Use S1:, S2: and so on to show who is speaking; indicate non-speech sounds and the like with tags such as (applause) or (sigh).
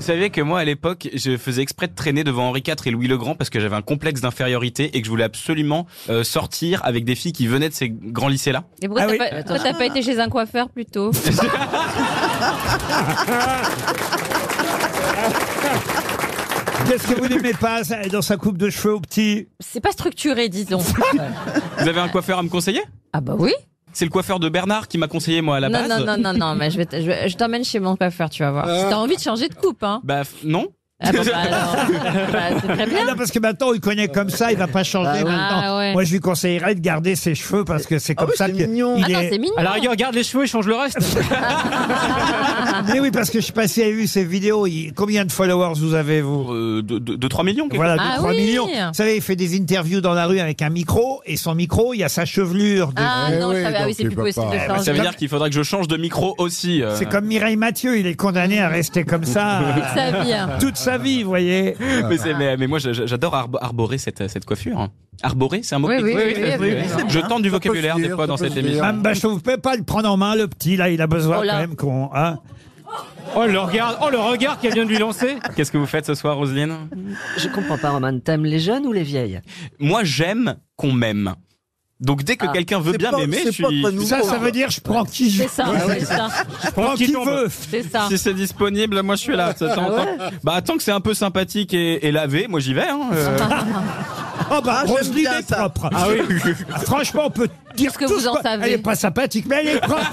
S1: Vous savez que moi, à l'époque, je faisais exprès de traîner devant Henri IV et Louis le Grand parce que j'avais un complexe d'infériorité et que je voulais absolument euh, sortir avec des filles qui venaient de ces grands lycées-là.
S2: Et pourquoi t'as
S3: Ah oui.
S2: pas, pourquoi t'as pas été chez un coiffeur plus tôt
S3: Qu'est-ce que vous n'aimez pas ça, dans sa coupe de cheveux au petit
S2: C'est pas structuré, disons.
S1: Vous avez un coiffeur à me conseiller
S2: (laughs) ah bah oui
S1: C'est le coiffeur de Bernard qui m'a conseillé, moi, à la
S2: non,
S1: base.
S2: non, non, non, non, mais je vais t- je vais- je t'emmène chez mon coiffeur, tu vas voir. Si t'as envie de changer de coupe, hein.
S1: Bah, f- non.
S2: Ah bon, bah alors, (laughs) bah, c'est très bien.
S3: Non, parce que maintenant, on le connaît comme ça, il va pas
S2: oui.
S3: changer maintenant.
S2: Ah ouais.
S3: Moi, je lui conseillerais de garder ses cheveux parce que c'est comme
S4: oui,
S3: ça
S4: c'est
S3: qu'il
S4: mignon.
S3: il
S2: Ah non, c'est mignon.
S5: À la rigueur, garde les cheveux et change le reste.
S3: Mais oui, parce que je sais pas si vous avez vu ces vidéos. il- Combien de followers vous avez, vous
S1: Euh, de, de, de 3 millions. quelque
S3: Voilà, de
S2: Ah
S3: 3
S2: oui.
S3: millions. Vous savez, il fait des interviews dans la rue avec un micro, et son micro, il y a sa chevelure. de-
S2: Ah
S4: Eh
S2: non, je
S4: oui,
S2: savais, ah oui,
S4: donc
S2: c'est
S4: il
S2: plus
S4: peut
S2: possible
S4: pas.
S2: de
S4: Eh
S1: part.
S2: changer.
S1: Ça veut dire qu'il faudra que je change de micro aussi. euh.
S3: C'est comme Mireille Mathieu, il est condamné à rester
S2: (laughs)
S3: comme ça euh,
S2: Ça
S3: (laughs)
S2: vient.
S3: toute sa vie, vous voyez.
S1: Mais, c'est- mais, mais moi, j'a- j'adore arbo- arborer cette, cette coiffure. Arborer, c'est un mot
S2: Oui,
S1: qui
S2: oui,
S1: existe
S2: oui, oui, oui, oui.
S1: Je tente du vocabulaire
S4: se
S1: des
S4: dire,
S1: fois dans
S4: ça peut
S1: cette
S4: se dire.
S1: émission.
S3: Mme Bachot, vous pouvez bah, pas le prendre en main, le petit, là, il a besoin
S2: Oh là.
S3: quand même qu'on. hein.
S5: Oh le regard, oh le regard qu'elle vient de lui lancer.
S1: (laughs) Qu'est-ce que vous faites ce soir, Roselyne
S6: Je comprends pas, Roman. T'aimes les jeunes ou les vieilles
S1: Moi, j'aime qu'on m'aime. Donc, dès que quelqu'un veut
S4: C'est
S1: bien
S4: pas-
S1: m'aimer, je
S4: c'est pas
S1: suis.
S4: très nouveau.
S3: ça, ça veut dire je prends qui je
S2: C'est ça, c'est ça,
S3: prends qui
S5: tombe.
S3: veut.
S2: c'est ça.
S1: Si c'est disponible, moi je suis là. Ça, tant- tant- Bah, tant que c'est un peu sympathique et, et lavé, moi j'y vais. Hein, euh.
S3: Oh bah,
S4: Ah, j'aime
S3: Roselyne
S4: bien
S3: est
S4: ça. Ah
S3: propre. (laughs) Ah, Franchement, on peut dire
S2: Qu'est-ce que
S3: tout
S2: vous en
S3: qu'on-
S2: savez
S3: Elle est pas sympathique, mais elle est propre.